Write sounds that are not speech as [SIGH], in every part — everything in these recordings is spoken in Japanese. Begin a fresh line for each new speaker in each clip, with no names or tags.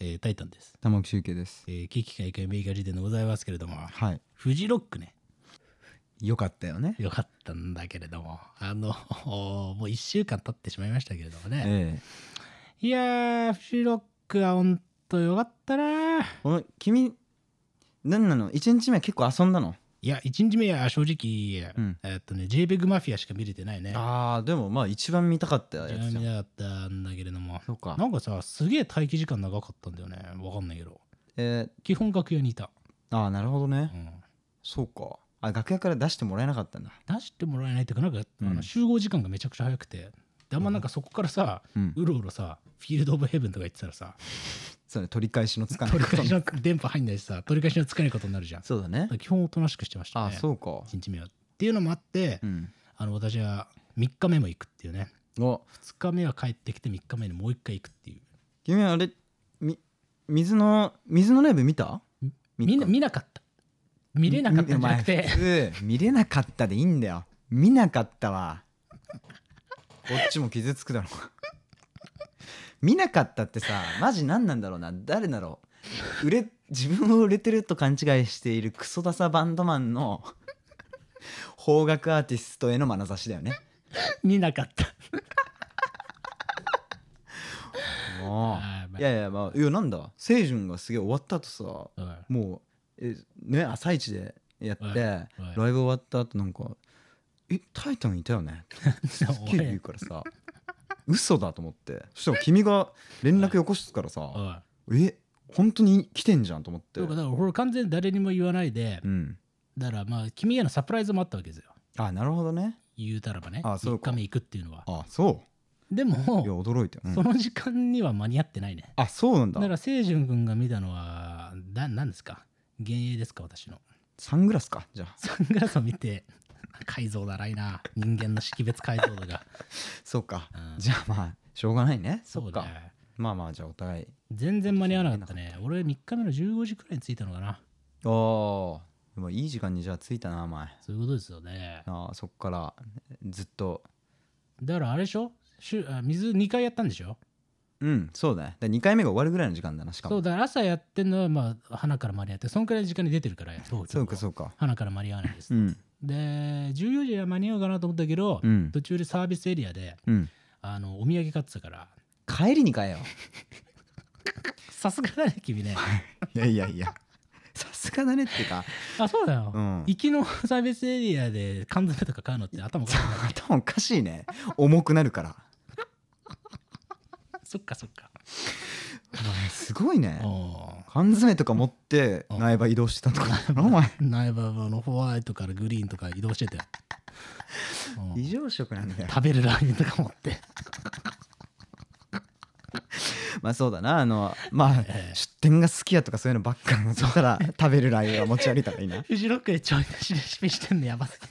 えータイタンです。
玉木周慶です
えー、危機開会名画事典でございますけれども、
はい
フジロックね、
よかったよね
よかったんだけれども、あの、 [LAUGHS] もう1週間経ってしまいましたけれどもね。
ええ
いやー、フジロックはほんとよかったなー。
お前君何なの1日目結構遊んだの
いや、1日目は正直、
うん
えーっとね、JPEG マフィアしか見れてないね。
あーでもまあ一番見たかったや
じゃ
つ
あ
じゃ
見
ん
なかったんだけれども、
そうか
なんかさ、すげえ待機時間長かったんだよね。わかんないけど。
え
基本楽屋にいた。
ー、ああなるほどね
うん
そうかあ楽屋から出してもらえなかったんだ
出してもらえないっていうかなんか、
うん
あの集合時間がめちゃくちゃ早くてであんまなんかそこからさ、
うん
うろうろさフィールド・オブ・ヘブンとか言ってたらさ
それ取り返しのつ [LAUGHS] かない
取り
こと
返しの電波入んないしさ取り返しのつかないことになるじゃんだか
そうだね
ら基本おとなしくしてました
あ
ね
あそうか
1日目はっていうのもあって、
うん
あの私は3日目も行くっていうね
お
2日目は帰ってきて3日目にもう1回行くっていう
君あれみ水の水のライブ見た
みんな見なかった見れなかったんじゃなく
みお
て
前普通見れなかったでいいんだよ見なかったわこっちも傷つくだろ見なかったってさマジ何なんだろうな誰だろう売れ自分を売れてると勘違いしているクソダサバンドマンの邦楽アーティストへの眼差しだよね
[LAUGHS] 見なかった
も
あーまあ
ういやいやまあいやなんだ清純がすげえ終わったとさ
うん
もうえね朝一でやって
はい
ライブ終わった後なんか「えタイタンいたよね?」
[LAUGHS]
すっげえ言うからさ嘘だと思ってそしたら君が連絡よこすから
おい
さ
おい
「え本当に来てんじゃん」と思って
そうかだからこれ完全に誰にも言わないで、
うん
だからまあ君へのサプライズもあったわけですよ
あなるほどね
言うたらばね
あそう
3
か
日目行くっていうのは
あそ
で
ういや
も、
驚いたよ、うん
その時間には間に合ってないね
あそうなん
だから
だ
清純君が見たのはな何ですか幻影ですか私の
サングラスかじゃあ
サングラスを見て解像だらいな人間の識別解像度
[LAUGHS]
が、
そうか
うん
じゃあまあしょうがないね
そ
そうっか
ね
まあまあじゃあお互い
全然間に合わなかったね俺3日目の15時くらいに着いたのかな
あーでもいい時間にじゃあ着いたなお前
そういうことですよね
あーそっからずっと
だからあれでしょしゅあ水2回やったんでしょ
うんそうだねだ2回目が終わるぐらいの時間だなしか
そ
も
うだから朝やってんのはまあ花から間に合ってそのくらいの時間に出てるからそう
そうかそうか
花から間に合わないです
うん
で14時は間に合うかなと思ったけど、
うん
途中でサービスエリアで
うん
あのお土産買ってたから
帰りに帰よ
さすがだね君ね
いやいやいや [LAUGHS] さすがだねっていうか
あそうだよ、
うん
行きの [LAUGHS] サービスエリアで缶詰とか買うのって頭おかしいな
頭おかしいね重くなるから
そっかそっか
お前すごいね
お
缶詰とか持って苗場移動してたとかだろお前
苗場のホワイトからグリーンとか移動してて
[LAUGHS] 異常食なんだよ
食べるラーメンとか持って
まあそうだなあのまあ出店が好きやとかそういうのばっかりそしたら食べるライブは持ち歩いたらいいな
フジロックでちょい出しレシピしてんのやばすぎ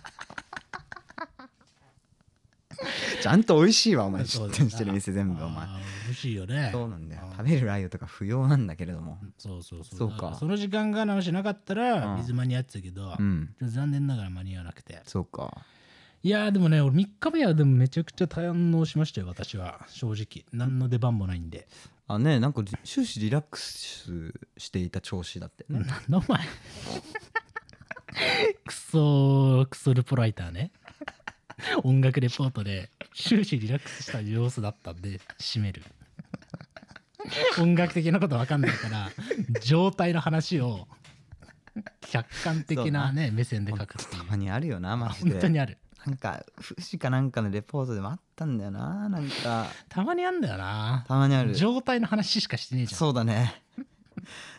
ちゃんと美味しいわお前
そう
出
だな
店してる店全部お前
あー美味しいよね
そうなんだよ
あー
食べるライブとか不要なんだけれども
そうそうそう
そう
だ
から
その時間が直しなかったら
うん
水間に合ってたけど、
うん
ちょっと残念ながら間に合わなくて
そうか
いやーでもね俺3日目はでもめちゃくちゃ堪能しましたよ私は正直何の出番もないんで、
あねなんか終始リラックスしていた調子だって
な
ね
んだお前 [LAUGHS] クソクソレポライターね音楽レポートで終始リラックスした様子だったんで締める音楽的なことわかんないから状態の話を客観的なね目線で書くってい
た
う
まにあるよなマジ
本
で
当にある
なんか富士かなんかのレポートでもあったんだよななんか
たまにあんだよな
たまにある
状態の話しかしてねえじゃん
そうだね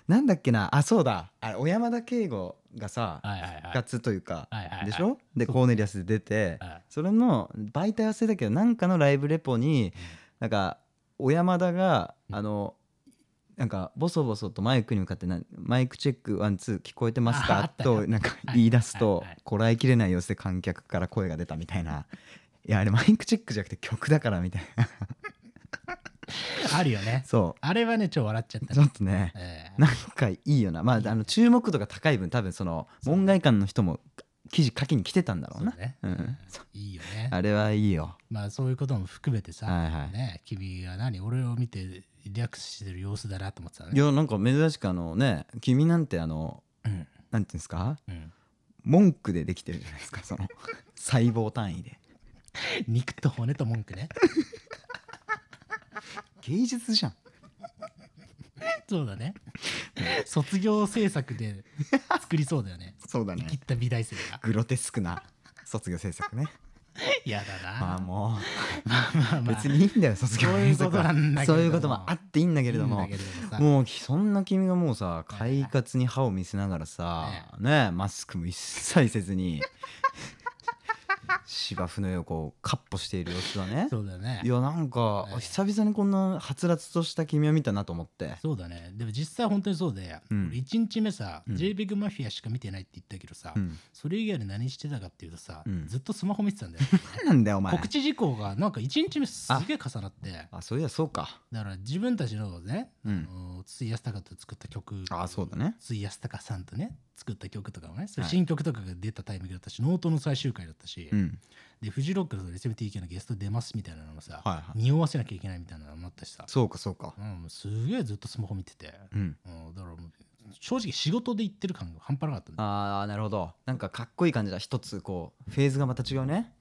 なんだっけなあそうだあれ小山田圭吾がさ
はいはいはい
復活というか
はいはいはい
でしょでコーネリアスで出て
はい
それの媒体忘れたけどなんかのライブレポになんか小山田があのなんかボソボソとマイクに向かってなマイクチェックワンツー聞こえてます
ああ
か
ったよ
となんか言い出す
はい
と
はいはい
こらえきれない様子で観客から声が出たみたいな。いやあれマイクチェックじゃなくて曲だからみたいな [LAUGHS]
あるよね
そ
あれはねちょっと笑っちゃっ
う
た
ちょっとね [LAUGHS]
ええ
なんかいいよなまああの注目度が高い分多分その門外観の人も記事書きに来てたんだろ
そうう
な。
ね、
うん
いいよね
あれはいいよ。
まあそういうことも含めてさ、
はいはい
ね、君が何俺を見てリラックスしてる様子だなと思ってた
い
ね、
やなんか珍しくあのね君なんてあの
うん
なんていうんですか
うん、
文句でできてるじゃないですかそ [LAUGHS] の細胞単位で
肉と骨と文句ね [LAUGHS]
芸術じゃん
そうだね卒業制作で作りそうだよ
[LAUGHS]
ね
そうだ
生きった美大生が
グロテスクな卒業制作ね
やだな
[LAUGHS] まあも
まあ
う
まあ
別にいいんだよ卒業制作は
そういうことなんだけれど
そ
も
ういうこともあっていいんだけれど
いい
も
んだけれどもさ
もうそんな君がもうさ
いはい
快活に歯を見せながらさねマスクも一切せず [LAUGHS] に芝生の上をこうカッポしている様子だね
そうだね
いやなんか
ええ
久々にこんなはつらつとした君を見たなと思って
そうだねでも実際本当にそうで、
うん
俺1日目さ、
うん
JPEG マフィアしか見てないって言ったけどさ、
うん
それ以外で何してたかっていうとさ、
うん
ずっとスマホ見てたんだよ
何なんだ [LAUGHS] よお前
告知事項がなんか1日目すげえ重なって
あそういやそうか
だから自分たちのね、
う
あ
ん
の筒井康隆と作った曲
あそうだね
筒井康隆さんとね作った曲とかもねそういう
はい
新曲とかが出たタイミングだったし、ノートの最終回だったし、
うん
でフジロックの SMTK のゲスト出ますみたいなのもさ、
はいはい
匂わせなきゃいけないみたいなのもあったしさ、
そうかそうか
うん、もうすげえずっとスマホ見てて、
うん
うん、だからもう正直仕事で行ってる感が半端なかったんだよ
あーなるほどなんかかっこいい感じだ一つこうフェーズがまた違うね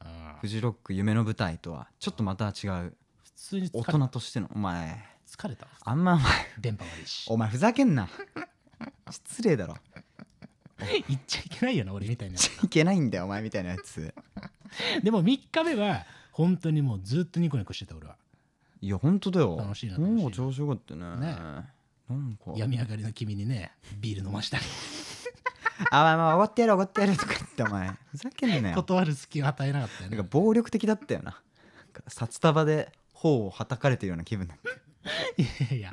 フジロック夢の舞台とはちょっとまた違う
普通に疲れ
大人としてのお前
疲れたわ
あんまお前
[LAUGHS] 電波悪いし
お前ふざけんな失礼だろ
行っちゃいけないよな俺みたいな
いけないんだよお前みたいなやつ
でも3日目は本当にもうずっとニコニコしてた俺はい
や本当だよ
楽しいな楽しいな
もう調子よかったね
ね
なんか
病み上がりの君にねビール飲ましたり
あまあまあおごってやるおごってやるとか言ってお前ふざけんなよ
断る隙を与えなかったよ
なんか
ね
暴力的だったよななんか札束で頬をはたかれてるような気分だった
[LAUGHS] いやいや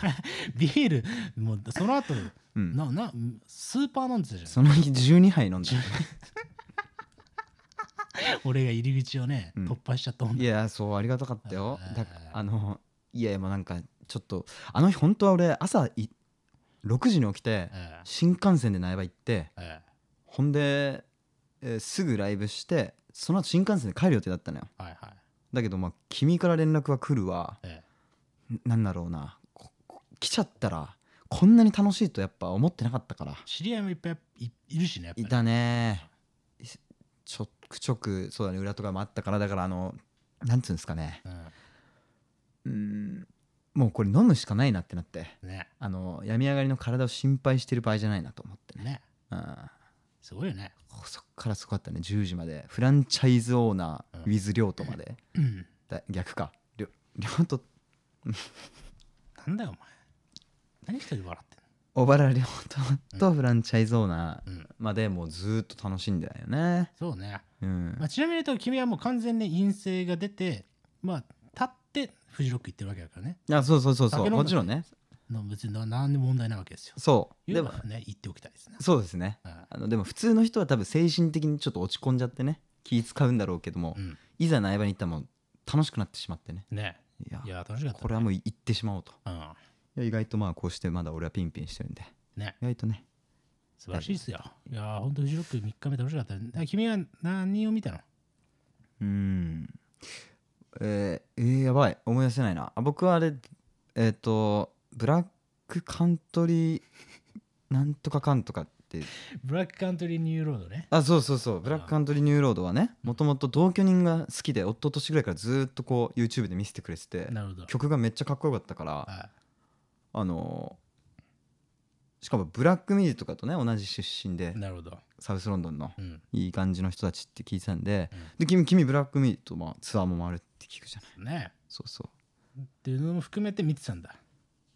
お前ビールもうその後
うん
ななスーパー飲んでたじゃ
その日12杯飲んだ
ん俺が入り口をね、
うん
突破しちゃったもん
いやそうありがたかったよ
はい
だあのいやもうなんかちょっとあの日本当は俺朝い6時に起きて
え
新幹線で苗場行って
ええ
ほんで、えーすぐライブしてその後新幹線で帰る予定だったのよ
えはいはい
だけどまあ君から連絡は来るわ
え
んなんだろうなここ来ちゃったらこんなに楽しいとやっぱ思ってなかったから
え知り合いもいっぱいいいるしねやっぱり
いたねいちょくちょくそうだね裏とかもあったからだからあのなんつうんですかねうーんもうこれ飲むしかないなってなって
うんね
あの病み上がりの体を心配してる場合じゃないなと思ってね
ね
うん
すごいよね
そっからすごかったね10時までフランチャイズオーナー
うん
with 亮斗まで、
うん
だ逆か亮亮斗
なんだよお前何一人で笑って
小原亮斗とフランチャイズオーナ
んのう
ー
ん
までもうずーっと楽しんでたよね
そうね、
うん
まあ、ちなみに言うと君はもう完全に陰性が出てまあ立ってフジロック行ってるわけだからね
あそうそうそうそ
酒飲ん
う
だ
もちろんね
の別にな何でも問題ないわけですよ
そう
言
で
う
も
のはね言っておきたいですね
そうですね
うん
あのでも普通の人は多分精神的にちょっと落ち込んじゃってね気使うんだろうけども、
うん
いざ苗場に行ったらもう楽しくなってしまってね
ね
いや
いや楽しかった
これはもう行ってしまおうと
うん
いや意外とまあこうしてまだ俺はピンピンしてるんで
ね
意外とね
素晴らしいですよいやーほんとフジロック3日目楽しかっただから君は何を見たの
うーんえー、えーやばい思い出せないなあ僕はあれえっ、とブラックカントリーなんとかかんとかって
ブラックカントリーニューロードね
あそうそうそうブラックカントリーニューロードはねもともと同居人が好きで夫としぐらいからずーっとこう YouTube で見せてくれてて
なるほど
曲がめっちゃかっこよかったから
は
あのーしかもブラックミディとかとね同じ出身で
いなるほど
サウスロンドンの
うん
いい感じの人たちって聞いてたんで、
うん
で君君ブラックミート、まあ、ツアーも回るって聞くじゃない
ね
そうそう
っていうのも含めて見てたんだ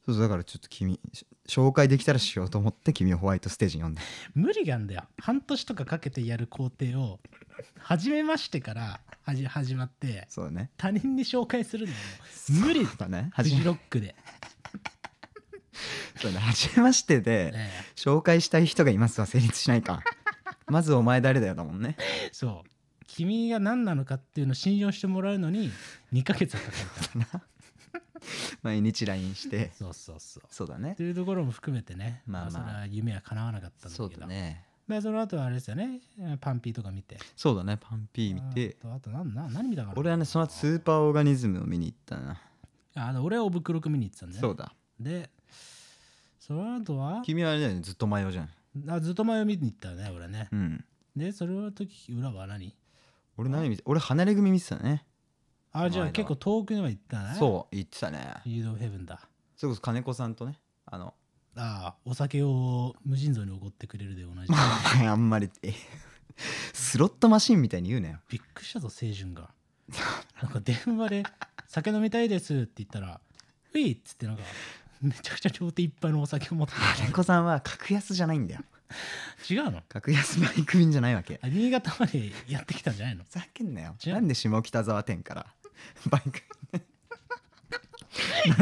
そうそうだからちょっと君し紹介できたらしようと思って君をホワイトステージに呼んで
無理があんだよ半年とかかけてやる工程を初めましてからはじ始まって
そうだね
他人に紹介するのも無理
そうだね
フ
初
ジ
め
ロック
[LAUGHS]
で、
そうだね初めましてで
ね
紹介したい人がいますは成立しないかまずお前誰だよだもんね
え、そう君が何なのかっていうのを信用してもらうのに2ヶ月はかかる
[LAUGHS]
から
毎日 LINE して
そうそうそう
そうだね
というところも含めてね、
まあまあ
それは夢は叶わなかったんだけど
そうだね
でその後はあれですよねパンピーとか見て
そうだねパンピー見て
あとあとなんな何見たかな
俺はねその後スーパーオーガニズムを見に行ったな
あで俺はおぶくろく見に行ってたんだよね
そうだ
でその後は
君はあれだよねずっと迷うじゃん
あずっと前を見に行ったよね俺ね
うん
でそれの時裏は何
俺何見て俺離れ組見てたね
あじゃあ
前だ
結構遠くには行ったねう
そう行ってたね
誘導ヘブンだ
それこそ金子さんとねあ [LAUGHS] の
ああお酒を無尽蔵におごってくれるで同じ
あんまりえスロットマシンみたいに言うなよ
びっくりしたぞ清純がなんか電話で「酒飲みたいです」って言ったら「うい」っつってなんかめちゃくちゃ両手いっぱいのお酒を持って
金子さんは格安じゃないんだよ
違うの
格安バイク便じゃないわけ
あ新潟までやってきたんじゃ
[LAUGHS]
ないの
ふざけんなよ
違う
なんで下北沢店から [LAUGHS] バイク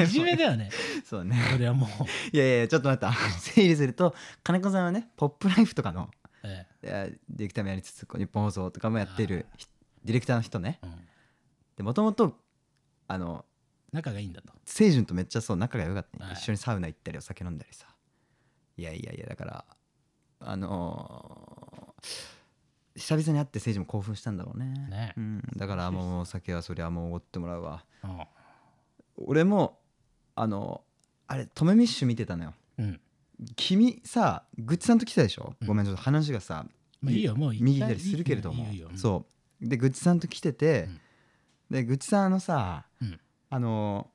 いじめだよね
そうね [LAUGHS]
それはもう、
いやいやちょっと待った [LAUGHS] 整理すると金子さんはね「ポップライフとかの
え
いやディレクターもやりつつこう日本放送とかもやってるひディレクターの人ね
えうん、
でもともとあの
仲がいいんだと
清純とめっちゃそう仲が良かったね、
はい
一緒にサウナ行ったりお酒飲んだりさいやいやいやだからあのー久々に会って清純も興奮したんだろうね
ね
うん、
[LAUGHS]
だからもうお酒はそりゃもうおごってもらうわ
うん
俺もあのあれトメミッシュ見てたのよ
うん
君さグッチさんと来てたでしょ、
うん
ごめんちょっと話がさ
まあいいよもう一回
右左するけれども
いいよいいよ
そうでグッチさんと来てて、でグッチさんあのさ、
うん
あの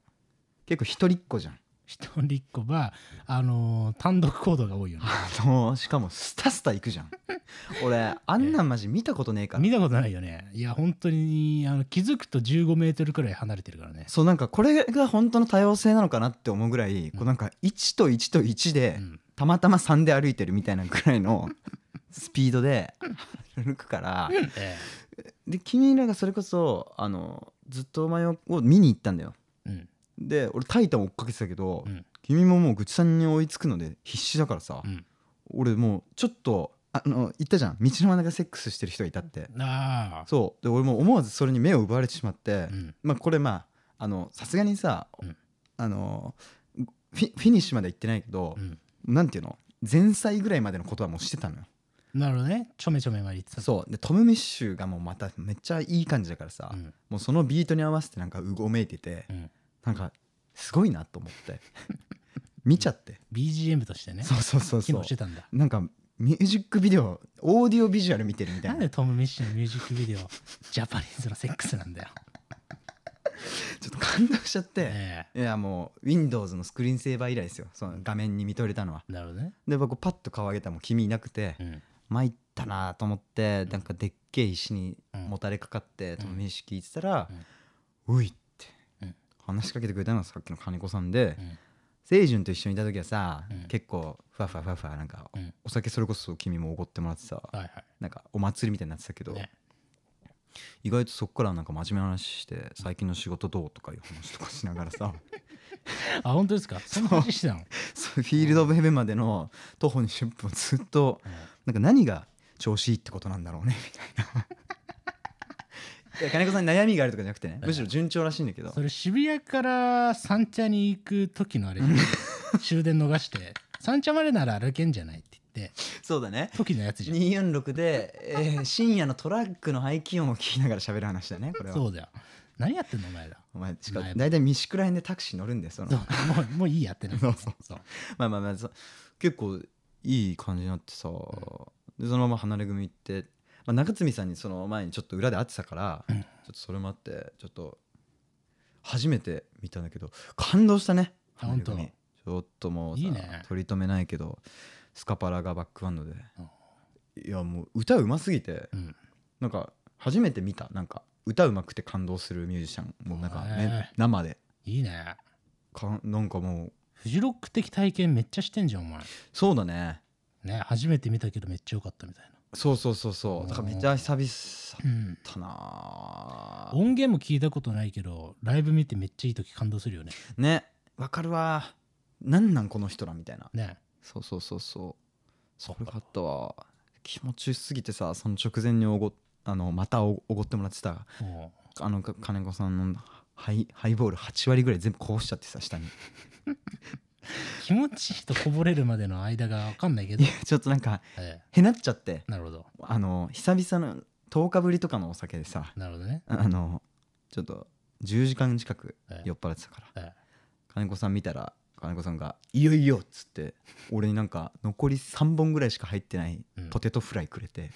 結構一人っ子じゃん [LAUGHS]
一人っ子はあのー単独行動が多いよね
あのしかもスタスタ行くじ
[LAUGHS]
ゃん俺あんなんマジ見たことねえから、
見たことないよねいや本当にあの気づくと15メートルくらい離れてるからね
そうなんかこれが本当の多様性なのかなって思うぐらい、こうなんか1と1と1で、
うん
たまたま3で歩いてるみたいなぐら
[LAUGHS]
いのスピードで歩くから
え
で君らがそれこそあのずっとお前を見に行ったんだよ
えうん
で俺タイタン追っかけてたけど、
うん
君ももう愚痴さんに追いつくので必死だからさ、
うん
俺もうちょっとあの言ったじゃん道の真ん中でセックスしてる人がいたって
ああ
そうで俺もう思わずそれに目を奪われてしまって、
うん
まあこれまああのさすがにさ、
うん
あのフィフィニッシュまでは行ってないけど
う、ん
なんていうの前菜ぐらいまでのことはもうしてたのよ
なるほどねちょめちょめまで言ってた
そうでトム・ミッシュがもうまためっちゃいい感じだからさ、
うん
もうそのビートに合わせてなんかうごめいてて、
うん
なんかすごいなと思って [LAUGHS] 見ちゃって、
BGM としてね
そうそうそう
機
そ
能
う
してたんだ
なんかミュージックビデオオーディオビジュアル見てるみたい
な
なん
でトム・ミッシュのミュージックビデオジャパニーズのセックス
[LAUGHS]
なんだよ、
ちょっと感動しちゃって、
え
いやもう Windows のスクリーンセーバー以来ですよその画面に見とれたのは
えなるほどね、
で僕パッと顔上げたらもう君いなくて、
うん
参ったなと思ってなんかでっけえ石に
うん
もたれかかってトム・ミッシュ聞いてたら「うい」って
うん
話しかけてくれたのはさっきの金子さんで
うん
清純と一緒にいた時はさ
うん
結構ふわふわふわふわなんか
うん
お酒それこそ君もおごってもらってさ
はいはい
なんかお祭りみたいになってたけど
ね
意外とそこからなんか真面目な話して最近の仕事どうとかいう話とかしながらさ
あ本当ですかそんな話してたの、
そうフィールド・オブ・ヘベンまでの徒歩20分ずっとなんか何が調子いいってことなんだろうねみ [LAUGHS] たいな。いや金子さんに悩みがあるとかじゃなくてねむしろ順調らしいんだけど
それ渋谷から三茶に行く時のあれ終電逃して三茶までなら歩けんじゃないって言って
そうだ [LAUGHS] ね
時のやつじゃん
246で、えー深夜のトラックの排気音を聞きながら喋る話だねこれは
そうだよ何やってんのお前ら
お前しか
前
大体三宿らへんでタクシー乗るんでその
そう [LAUGHS] もうもういいやってな
そうそう
そう
まあまあまあそう結構いい感じになってさ、でそのまま離れ組行って、まあ、中積さんにその前にちょっと裏で会ってたから、ちょっとそれもあってちょっと初めて見たんだけど感動したね
あ本当
離れ組ちょっともうさ
いいね
取り留めないけどスカパラがバックバンドで、
うん
いやもう歌うますぎて
うん
なんか初めて見たなんか歌うまくて感動するミュージシャンもうなんか、ね
へ、
生で
いいね
かんなんかもう
フジロック的体験めっちゃしてんじゃんお前
そうだね
ね初めて見たけどめっちゃ良かったみたいな
そうそうそうそうだからめっちゃ久々
うん
だったな
音源も聞いたことないけどライブ見てめっちゃいい時感動するよね
ねわかるわなんなんこの人らみたいな
ね
そうそうそうそうそれがあったわ気持ちよすぎてさその直前におごあのまたおおごってもらってた
おう
あのか金子さんのハイハイボール8割ぐらい全部こぼしちゃってさ下に
気持ちいいとこぼれるまでの間が分かんないけ
い
ど
や、ちょっとなんか
え
へなっちゃって
えなるほど
あの久々の10日ぶりとかのお酒でさ
なるほどね
あのちょっと10時間近く
ええ
酔っ払ってたから
え
金子さん見たら金子さんが「いよいよ」っつって俺になんか残り3本ぐらいしか入ってない
うん
ポテトフライくれて、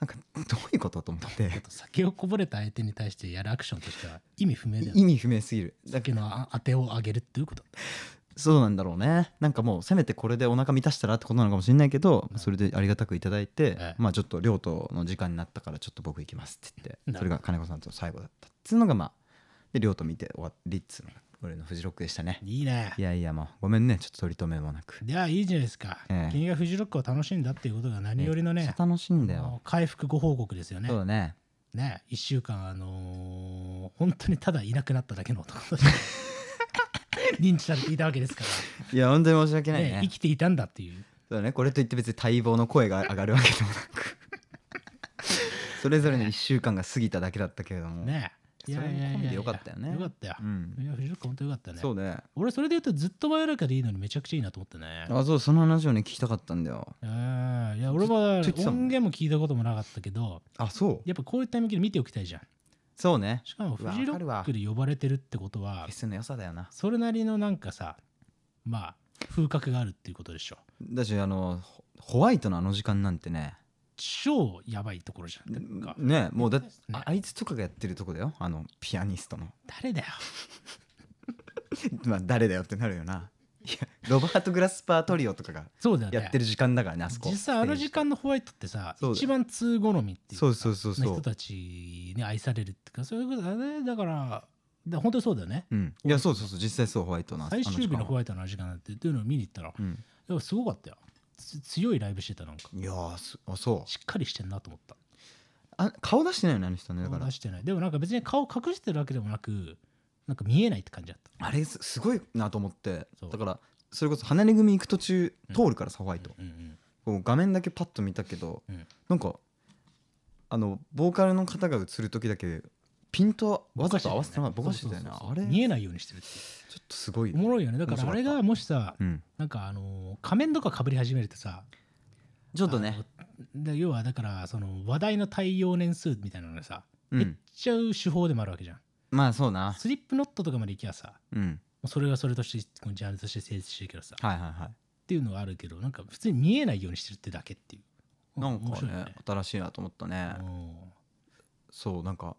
なんかどういうことと思っ
え
て
と酒をこぼれた相手に対してやるアクションとしては意味不明だよね
意味不明すぎるだ
酒のあ当てを上げるっていうこと
そうなんだろうねなんかもうせめてこれでお腹満たしたらってことなのかもしれないけど、
うん
それでありがたくいただいて、
ええ
まあちょっと亮との時間になったからちょっと僕行きますって言っ
なるほ
て
ど
それが金子さんと最後だったっつうのがまあで亮と見て終わりっつうのが俺のフジロックでしたね
いいね
いやいやもうごめんねちょっと取り留めもなく
いやいいじゃないですか、
ええ
君がフジロックを楽しんだっていうことが何よりの
めっ
ね
ちゃ楽しいんだ
あ
よ
の回復ご報告ですよね
そうだね
ね1週間あのー本当にただいなくなっただけの男として認知されていたわけですか
いや本当に申し訳
ら、
ない
ね
ね
生きていたんだっていう
そうだねこれといって別に待望の声が上がるわけでもな
[LAUGHS]
くそれぞれの1週間が過ぎただけだったけれども、
ね
それも込みでよかったよね
よかったよ
う、ん
いやフジロック本当よかったね
そうね
俺それで言うとずっと真夜中でいいのにめちゃくちゃいいなと思ったね
あそうその話をね聞きたかったんだよ
うんいや俺は
ずっと言ってたもん
音源も聞いたこともなかったけど
あそう
やっぱこういったタイミングで見ておきたいじゃん
そうね
しかも
う
フ
わ
ジロ
わかる
ッ
わ
クで呼ばれてるってこと
フ
は
ェスの良さだよな
それなりのなんかさまあ風格があるっていうことでしょ
だしあのホホワイトのあの時間なんてね
超やばいところじゃんなんか
ねもうだって
ね
ああいつとかがやってるとこだよあのピアニストの [LAUGHS]
誰だよ
まあ誰だよってなる
[LAUGHS]
よないやロバート・グラスパートリオとかが
そうだよね
やってる時間だからねあそこ
実際あの時間のホワイトってさ
そうだよ
一番通好みっていうか
そうそうそうそう
の人たちに愛されるっていうかそういうことだねだからだから本当にそうだよね
うんいやそうそうそう実際そうホワイトのあ
最終日のホ
ワイ
ワイトの時間なんてっていうのを見に行ったら
ト、うん、
でもすごかったよつ強いライブしてたなんか
いやーすあそう
しっかりしてんなと思った
あ顔出してないよねあの人ねだか
顔
ら
出してないでもなんか別に顔隠してるわけでもなくなんか見えないって感じだった
あれすすごいなと思って
そう
だからそれこそ離れ組行く途中通るからさ、ホワイト、
うんうん
こう画面だけパッと見たけど、
うん
なんかあのボーカルの方が映る時だけピントわざと合わせてなぼかしてたよね
そうそう
あ
そう
れ
見
ちょ
えないようにしてるっていう
っとすごい
おもろいよねだからあれがもしさ
うん、
なんかあのー仮面とかかぶり始めるとさ
ちょっとね、
あので要はだからその話題の対応年数みたいなのがさ
う
減っ
ん、
ちゃう手法でもあるわけじゃん、
まあそうな
スリップノットとかまでいきゃさ
うん
それがそれとしてこのジャンルとして成立してるけどさ
はいはいはい
っていうのはあるけどなんか普通に見えないようにしてるってだけっていう
なんか
面白いよ
ね新しいなと思ったね、
うん
そうなんか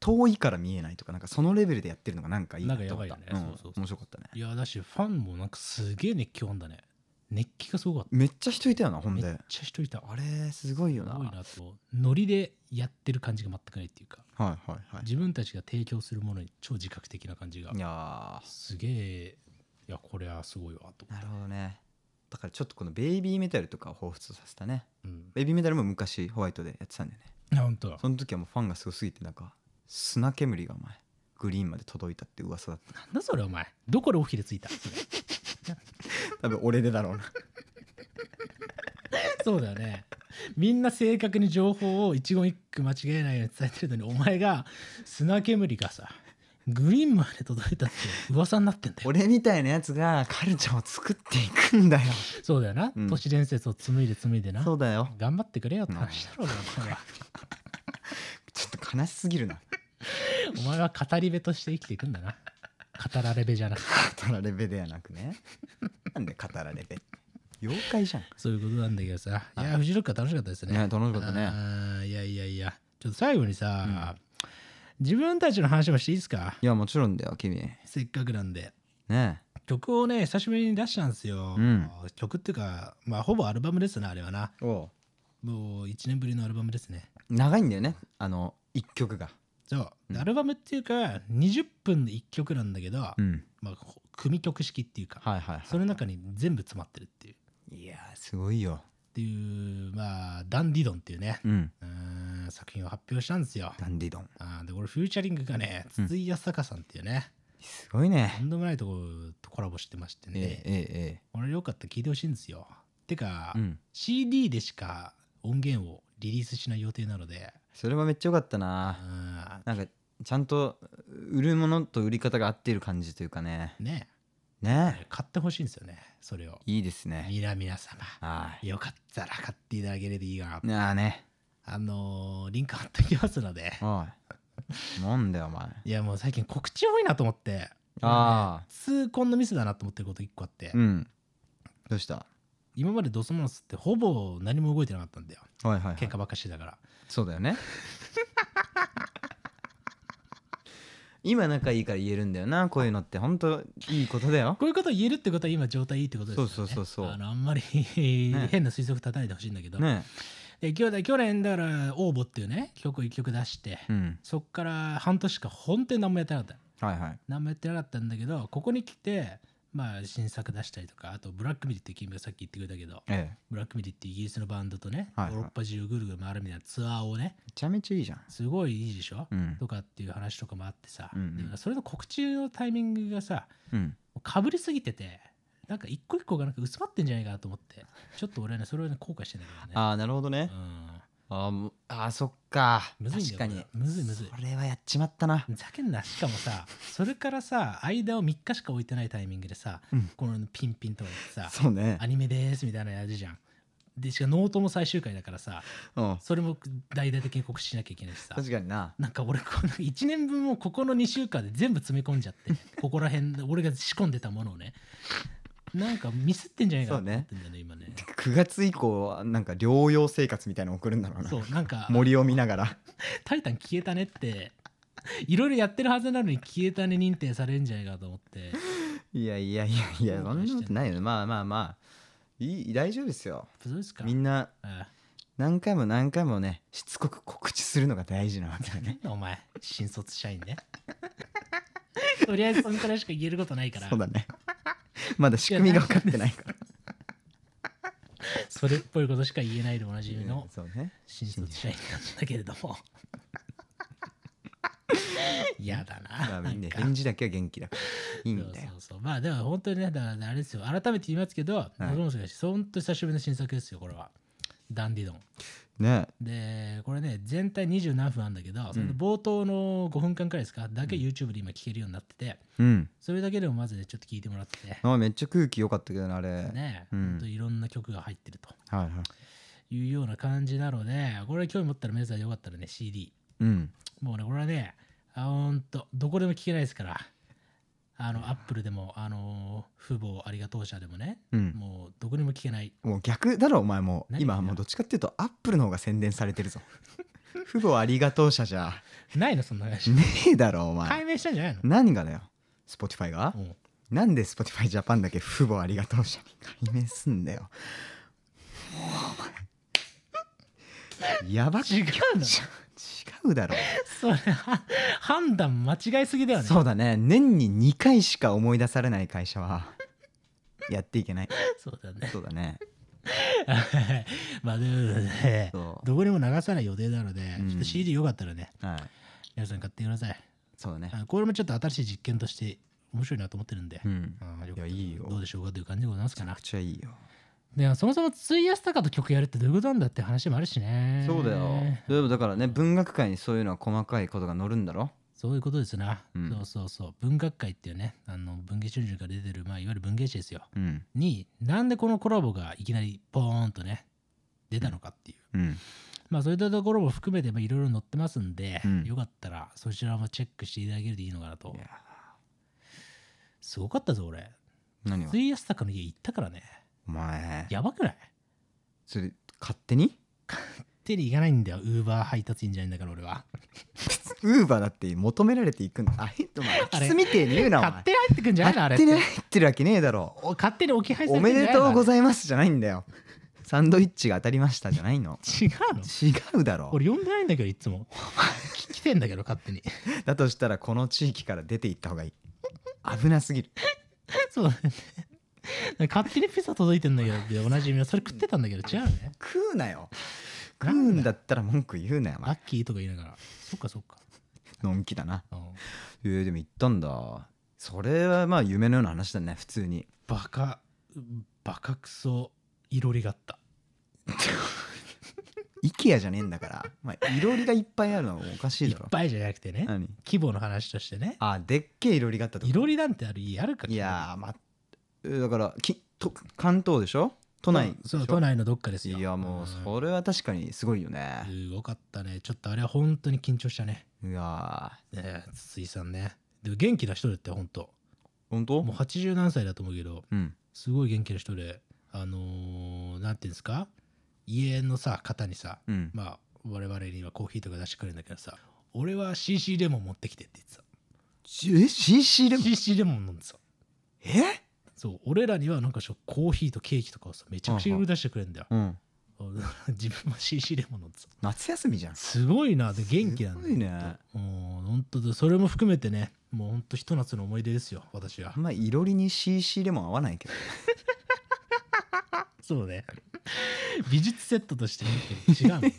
遠いから見えないとかなんかそのレベルでやってるのがなんかいいなと思った
なんかやばいよねそうそうそう
面白かったね
いやだしファンもなんかすげえ熱狂あんだね熱気がすごかっ
めっちゃ人いたよなほ
た
ん
めっ
で
ちゃ人いた
あれすごいよ
す
な
ごいなとノリでやってる感じが全くないっていうか
はいはいはい
自分たちが提供するものに超自覚的な感じが
いやー
すげえいやこれはすごいわと、
なるほどねだからちょっとこのベイビーメタルとかを彷彿とさせたね
うん、
ベイビーメタルも昔ホワイトでやってたんだよね
あ本 [LAUGHS] 当
その時はもうファンがすごすぎてなんか砂煙がお前グリーンまで届いたって噂だった
なんだそれお前どこで起きてついた [LAUGHS] それ
多分俺でだ
[LAUGHS]
ろうな
そうだよねみんな正確に情報を一言一句間違えないように伝えてるのにお前が砂煙がさグリーンまで届いたって
[LAUGHS]
噂になってんだよ
俺みたいなやつがカルチャーを作っていくんだよ
そうだよな、
うん
都市伝説を紡いで紡いでな
そうだよ
頑張ってくれよって話だろうがお前は
ちょっと悲しすぎるな
お前は語り部として生きていくんだな語られ部じゃなくて
カタラレベではなくねなんでカタラレベ妖怪じゃん
そういうことなんだけどさいやフジロックは楽しかったですね
ね楽しかったね
あーいやいやいやちょっと最後にさ、自分たちの話もしていいですか
いやもちろんだよ君
せっかくなんで
ね
曲をね久しぶりに出したんですよ、
うん
曲っていうかまあほぼアルバムですなあれはな
えお
もう1年ぶりのアルバムですね
長いんだよねあの一曲が
そう、で
うん
アルバムっていうか20分の1曲なんだけど、
うん
まあ、こ組曲式っていうか、
はいはいはい
その中に全部詰まってるっていう
いやーすごいよ
っていうまあダン・ディドンっていうね、
うん
うーん作品を発表したんですよ
ダンディドン
あーで俺フューチャリングがね
うん
筒井康隆さんっていうね、
すごい
と
ね
んでもないとことコラボしてまして
ええ
ね、
え
俺よかったら聞いてほしいんですよてか、
えうん、
CD でしか音源をリリースしない予定なので
それはめっちゃ良かった
う
な
ー
なんかちゃんと売るものと売り方が合っている感じというかね
んね
ね
買ってほしいんですよねそれを
いいですね
皆皆様
は
よかったら買っていただければいいが
いなあね
あのーリンク貼っときますので
お [LAUGHS] いなんだよお前
いやもう最近告知多いなと思って
ああ
痛恨のミスだなと思ってること一個あって、
うんどうした
今までドスモノスってほぼ何も動いてなかったんだよ
はいはい、はい
喧、嘩ばっかしてたから
そうだよね [LAUGHS] 今仲いいから言えるんだよなこういうのって本当いいことだよ
こういうことを言えるってことは今状態いいってことですよね
そうそうそうそう
あのあんまり [LAUGHS] 変な推測立たないでほしいんだけど、
ね
で去年去年だから「応募っていうね曲を1曲出して、
うん
そっから半年間本当に何もやってなかった
はいはい
何もやってなかったんだけどここに来てまあ新作出したりとかあと「ブラックミリ」って君がさっき言ってくれたけど
ええ
ブラックミリってイギリスのバンドとね、
はいはい
ヨーロッパ中をぐるぐる回るみたいなツアーをね
めちゃめちゃいいじゃん
すごいいいでしょ、
うん
とかっていう話とかもあってさ、
うんうん
でそれの告知のタイミングがさ
うん
かぶりすぎててなんか一個一個がなんか薄まってんじゃないかなと思ってちょっと俺はねそれをね後悔してんだけどね
ああなるほどねあーもうあーそっか
むずいん
確
だ
か
よ
に
これむずいむずい
それはやっちまったな
うん、ざけんなしかもさそれからさ間を3日しか置いてないタイミングでさ、
うん
このピンピンとかやってさ
そうね
アニメですみたいなのやるじゃんでしかもノートも最終回だからさ
うん
それも大々的に告知しなきゃいけないしさ
確かにな
なんか俺この1年分をここの2週間で全部詰め込んじゃってここら辺で俺が仕込んでたものをねなんかミスってんじゃないかなと思ってんだよね今ね
9月以降なんか療養生活みたいなの送るんだろうな
そうなんか
森を見ながら
「タイタン消えたね」っていろいろやってるはずなのに消えたね認定されるんじゃないかと思って
いやいやいやいや
後
そ
悔してんの
んなことないよまあまあまあいい大丈夫ですよ
そうですか
みんな
あ
何回も何回もねしつこく告知するのが大事なわけだね
あお前新卒社員ねとりあえずそんくらいしか言えることないから
そうだね [LAUGHS] まだ仕組みが分かってないから
それっぽいことしか言えないでおなじみ
う
の
んそうね
新卒社員なんだけれども [LAUGHS] 嫌だ
ま
な
あ
ない
いん
ん
だよ
か
返事だけは元気だからいいんだ
そうそ
よ
うそうまあでも本当にねだからあれですよ改めて言いますけど僕もそうだし本当に久しぶりの新作ですよこれはダンディドン
ね
でこれね全体二十何分あるんだけどそれで冒頭の5分間くらいですかだけ YouTube で今聴けるようになってて
うん
それだけでもまずねちょっと聴いてもらってて
あめっちゃ空気良かったけどなあれ
ね
うん
本当いろんな曲が入ってると
はいはい
いうような感じなのでこれ興味持ったら皆さんよかったらね CD
うん
もうね、これはね、あほんと、どこでも聞けないですから、あの、アップルでも、あのー、父母ありがとう社でもね、
うん
もう、どこでも聞けない。
もう逆だろお前もう
何
今はもうどっちかっていうとアップルの方が宣伝されてるぞ [LAUGHS] 父母ありがとう社じゃ
ないの、そんな話。
ねえだろお前
解明したんじゃないの
何がだよ Spotify が、
うん
なんで Spotify Japan だけ父母ありがとう社に改名すんだよもうお前やばく
違うの
ち違うだろ、
それは、判断間違いすぎだよね。
そうだね年に2回しか思い出されない会社はやっていけない
そうだね。 [LAUGHS]
そうだね
まあ、ということでね、
そう
どこにも流さない予定なので、
うん
ちょっと CD よかったらね、
はい
皆さん買ってください。
そうだね
あこれもちょっと新しい実験として、面白いなと思ってるんで、
うん
あよかった
いや
ら
いいよ
どうでしょうかという感じでございますか
め
な
っ。ちゃいいよ
でもそもそも費やしたかと曲やるってどういうことなんだって話もあるしね
そうだよ例えばだからね文学界にそういうのは細かいことが載るんだろ
そういうことですな、
うん
そうそうそう文学界っていうねあの文芸春秋から出てる、まあ、いわゆる文芸誌ですよ
うん
になんでこのコラボがいきなりポーンとね出たのかっていう、
うん
まあそういったところも含めてまあいろいろ載ってますんで、
うん
よかったらそちらもチェックしていただけるといいのかなと
いや
すごかったぞ俺
何を
費やしたかの家行ったからね
お前
やばくない
それ勝手に
手に行かないんだよウーバー配達員じゃないんだから俺は
ウーバーだって求められていくんだあれお前
あ
キ
れ
スみてえに言うなお前
勝手に入ってくんじゃないのあれっ
勝手
て
に入ってるわけねえだろ
お勝手に置き配さ
お
れて
め
んじゃ
で
ないの
とうご
あ
ざいますじゃないんだよサンドイッチが当たりましたじゃないの
れ違うの
違うだろ
俺呼んでないんだけどいつも来てんだけど勝 [LAUGHS] 手に
だとしたらこの地域から出ていった方がいい危なすぎる
そうだね勝手にピザ届いてんだけどでおなじみのそれ食ってたんだけど違うね
食うなよ食うんだったら文句言うなよお
ラ
前
ッキーとか言いながらそっかそっか、
のんきだな
うん、
えー、でも行ったんだそれはまあ夢のような話だね普通に
バカバカクソいろりがあった
IKEA じゃねえんだからまあいろりがいっぱいあるのはおかし
い
い
っ
だろ
ぱいじゃなくてね
何
規模の話としてね
あでっけえいろりがあったとこ
いろりなんてある家あるか
いやーえーだからきと関東でしょ都内でし
そ
ょ
う都内のどっかですよ
いやもう
そ
それは確かにすごいよ
うん
ね、
すごかったねちょっとあれは本当に緊張したね
いやー
ねえ筒井さんねでも元気な人だって本当
本当
もう80何歳だと思うけど
うん
すごい元気な人であのーなんていうんですか家のさ肩にさ
うん
まあ我々にはコーヒーとか出してくれるんだけどさ俺は CC レモン持ってきてって言ってた
ちえ CC レモン
CC レモン飲んでさ
え
そう俺らにはなんかしょコーヒーとケーキとかをさめちゃくちゃ売り出してくれるんだよ [LAUGHS]
うん
自分は CC レモン飲んでさ
夏休みじゃん
すごいなで元気なんだ
すごいね
もう本当だそれも含めてねもう本当ひと夏の思い出ですよ私は
あんまいろりに CC レモン合わないけど
そうね美術セットとして見ても違うもん [LAUGHS] ね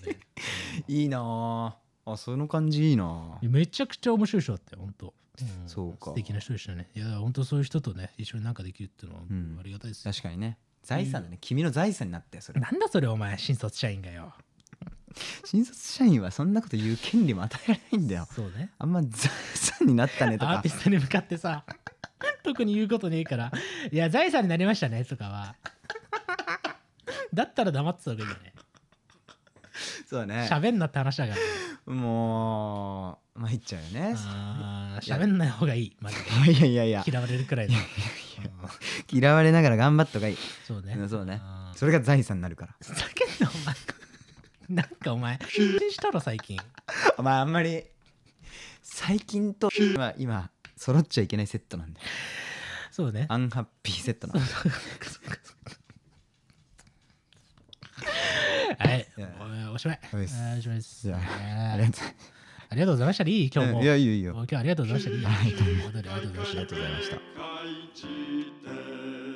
いいなああその感じいいなあ
めちゃくちゃ面白い人だったよ本当、ん
そうか
素敵な人でしたねいや本当そういう人とね一緒になんかできるっていうのは本当
うん
ありがたいですよ、
確かにね財産だね君の財産になったよそれ [LAUGHS]
なんだそれお前新卒社員がよ
新卒社員はそんなこと言う権利も与えられないんだよ
そうね
あんま財産になったねと
アー
か
ティストに向かってさ [LAUGHS] 特に言うことねえから「いや財産になりましたね」とかはだったら黙ってた方がいいよね
そうだね
喋んなって話だからね
もう参っちゃうよね
あー喋んない方がいいマジで
[LAUGHS] いやいやいや
嫌われるくらいのうん
嫌われながら頑張った方がいい
そうね
うんそうね
あー
それが財産になるから
ふざけんなお前なんかお前謹慎したろ最近
[LAUGHS] お前あんまり最近と今今揃っちゃいけないセットなんだよ
そうね
アンハッピーセットなんだよ
はい
いや
おおしまい
おいっす
あーおしまいです
いやあ
あ
り
ー
がと
ありがとうございましたリー今日
う
も
いやいいよいい
も
よ
う今日はありがとうございましたリー
はいどうも
本当にありがとうございました
ありがとうございました
世界一で